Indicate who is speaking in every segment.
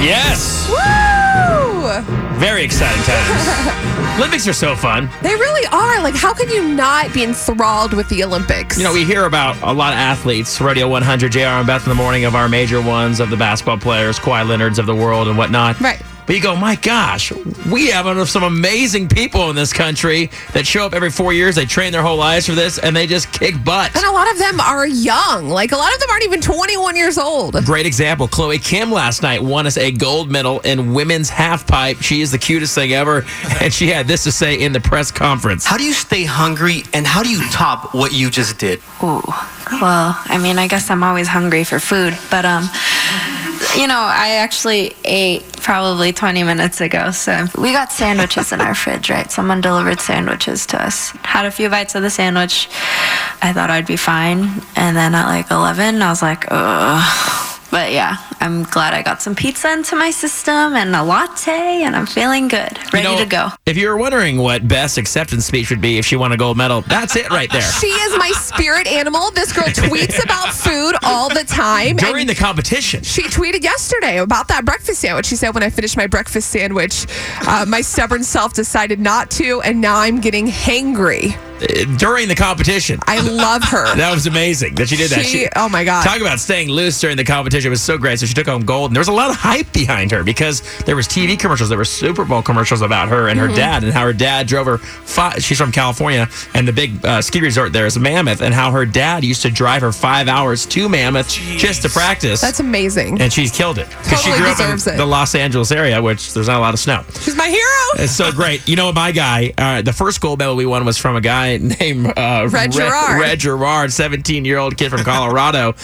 Speaker 1: Yes.
Speaker 2: Woo!
Speaker 1: Very exciting times. Olympics are so fun.
Speaker 2: They really are. Like, how can you not be enthralled with the Olympics?
Speaker 1: You know, we hear about a lot of athletes, Rodeo 100, JR and Beth in the morning of our major ones, of the basketball players, Kawhi Leonards of the world and whatnot.
Speaker 2: Right.
Speaker 1: But you go, my gosh, we have one of some amazing people in this country that show up every four years. They train their whole lives for this, and they just kick butt.
Speaker 2: and a lot of them are young. Like, a lot of them aren't even 21 years old.
Speaker 1: Great example. Chloe Kim last night won us a gold medal in women's half pipe. She is the cutest thing ever. And she had this to say in the press conference.
Speaker 3: How do you stay hungry and how do you top what you just did?
Speaker 4: Ooh. Well, I mean, I guess I'm always hungry for food, but um, you know, I actually ate probably 20 minutes ago. So we got sandwiches in our fridge, right? Someone delivered sandwiches to us. Had a few bites of the sandwich. I thought I'd be fine, and then at like 11, I was like, ugh. But yeah, I'm glad I got some pizza into my system and a latte, and I'm feeling good, ready
Speaker 1: You know,
Speaker 4: to go.
Speaker 1: If you were wondering what Beth's acceptance speech would be if she won a gold medal, that's it right there.
Speaker 2: She is my spirit animal. This girl tweets about food all the time.
Speaker 1: During
Speaker 2: and
Speaker 1: the competition.
Speaker 2: she tweeted yesterday about that breakfast sandwich. She said, When I finished my breakfast sandwich, uh, my stubborn self decided not to, and now I'm getting hangry.
Speaker 1: During the competition.
Speaker 2: I love her.
Speaker 1: That was amazing that she did that.
Speaker 2: She- oh my God.
Speaker 1: Talk about staying loose during the competition. It was so great. So she took home gold, and there was a lot of hype behind her because there was TV commercials, there were Super Bowl commercials about her and her dad, and how her dad drove her. Five, she's from California, and the big uh, ski resort there is Mammoth, and how her dad used to drive her five hours to Mammoth just to practice.
Speaker 2: That's amazing.
Speaker 1: and she's killed it because
Speaker 2: Totally
Speaker 1: she grew up
Speaker 2: deserves
Speaker 1: in
Speaker 2: it.
Speaker 1: the Los Angeles area, which there's not a lot of snow.
Speaker 2: She's my hero.
Speaker 1: It's so great. You know, my guy, uh, the first gold medal we won was from a guy named uh,
Speaker 2: Red Gerard.
Speaker 1: Red Gerard, 17 year old kid from Colorado.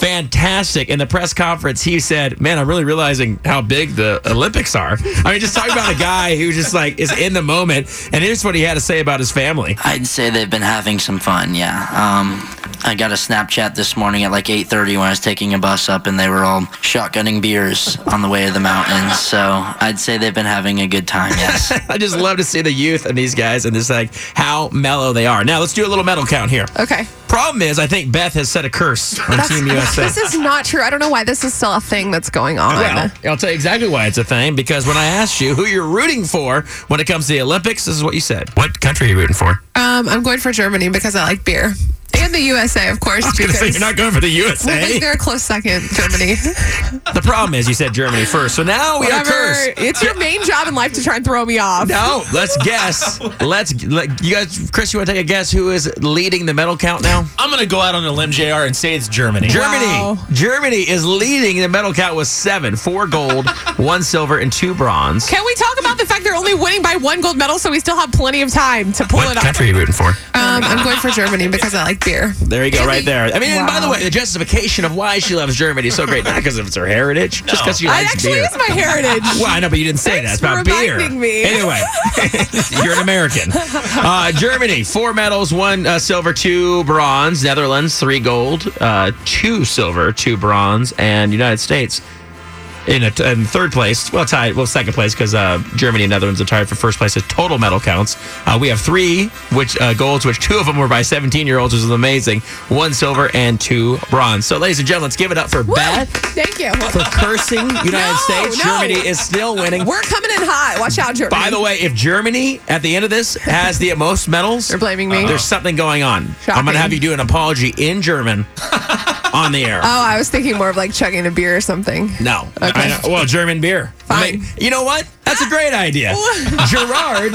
Speaker 1: Fantastic. In the press conference, he said, Man, I'm really realizing how big the Olympics are. I mean, just talking about a guy who just like is in the moment. And here's what he had to say about his family.
Speaker 5: I'd say they've been having some fun. Yeah. Um, I got a Snapchat this morning at like 8:30 when I was taking a bus up, and they were all shotgunning beers on the way to the mountains. So I'd say they've been having a good time. Yes.
Speaker 1: I just love to see the youth and these guys and just like how mellow they are. Now, let's do a little medal count here.
Speaker 2: Okay.
Speaker 1: Problem is, I think Beth has set a curse on Team USA.
Speaker 2: This is not true. I don't know why this is still a thing that's going on.
Speaker 1: Well, I'll tell you exactly why it's a thing because when I asked you who you're rooting for when it comes to the Olympics, this is what you said. What country are you rooting for?
Speaker 6: Um, I'm going for Germany because I like beer. And the USA, of course,
Speaker 1: I was going to say you're not going for the
Speaker 6: I think
Speaker 1: USA.
Speaker 6: they're a close second, Germany.
Speaker 1: the problem is you said Germany first, so now we are
Speaker 2: Whatever.
Speaker 1: cursed.
Speaker 2: It's your main job in life to try and throw me off.
Speaker 1: No, let's guess. Let's let, you guys, Chris. You want to take a guess who is leading the medal count now?
Speaker 7: I'm gonna go out on a limb, Jr. and say it's Germany.
Speaker 1: Germany.
Speaker 2: Wow.
Speaker 1: Germany is leading the medal count with seven: four gold, one silver, and two bronze.
Speaker 2: Can we talk about the fact they're only winning by one gold medal, so we still have plenty of time to pull it off?
Speaker 1: are you rooting for?
Speaker 6: Um, I'm going for Germany because I like beer.
Speaker 1: There you go, right there. I mean, and by the
Speaker 2: Wow.
Speaker 1: way, the justification of why she loves Germany is so great. Not because of her heritage, just because she
Speaker 2: That
Speaker 1: likes
Speaker 2: actually
Speaker 1: beer.
Speaker 2: is my heritage.
Speaker 1: well, I know, but you didn't say that. It's about
Speaker 2: Thanks for
Speaker 1: beer.
Speaker 2: reminding me.
Speaker 1: Anyway, you're an American. Uh, Germany, four medals, one uh, silver, two bronze. Netherlands, three gold, uh, two silver, two bronze. And United States in, a, in third place. Well, tied. Well, second place because uh, Germany and Netherlands are tied for first place at total medal counts. Uh, we have three which uh, golds, which two of them were by 17 year olds, which is amazing. One silver and two bronze. So, ladies and gentlemen, let's give it up for Beth
Speaker 2: Thank you.
Speaker 1: for cursing United States.
Speaker 2: no.
Speaker 1: Germany is still winning.
Speaker 2: We're coming in hot. Watch out, Germany.
Speaker 1: By the way, if Germany at the end of this has the most medals,
Speaker 2: They're blaming me.
Speaker 1: There's something going on. I'm going
Speaker 2: Shocking.
Speaker 1: to have you do an apology in German on the air.
Speaker 2: oh, I was thinking more of like chugging a beer or something.
Speaker 1: No.
Speaker 2: Okay.
Speaker 1: I know. Well, German beer.
Speaker 2: Fine.
Speaker 1: you know what? That's a great idea. Gerard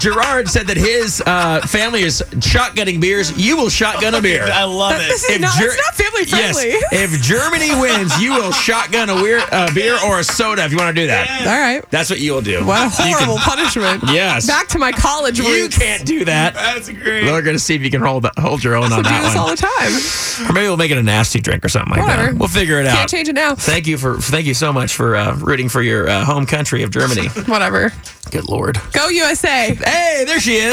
Speaker 1: Gerard said that his uh, family is shotgunning beers. You will shotgun a beer.
Speaker 7: I love it.
Speaker 2: This is not,
Speaker 1: Ger-
Speaker 2: it's not family friendly.
Speaker 1: Yes. If Germany wins, you will shotgun a weir- uh, beer or a soda if you want to do that.
Speaker 2: All right.
Speaker 1: That's what you'll do.
Speaker 2: What a
Speaker 1: You can-
Speaker 2: horrible punishment.
Speaker 1: Yes.
Speaker 2: Back to my college
Speaker 1: You
Speaker 2: roots.
Speaker 1: can't do that.
Speaker 7: That's great.
Speaker 1: We're going to see if you can hold, hold your own on
Speaker 2: do this
Speaker 1: that
Speaker 2: all
Speaker 1: one.
Speaker 2: the time.
Speaker 1: Or maybe we'll make it a nasty drink or something like
Speaker 2: Whatever.
Speaker 1: that. We'll figure it
Speaker 2: Can't
Speaker 1: out.
Speaker 2: change it now.
Speaker 1: Thank you for thank you so much for uh, rooting for your uh, home country of Germany.
Speaker 2: Whatever.
Speaker 1: Good lord.
Speaker 2: Go USA.
Speaker 1: Hey, there she is.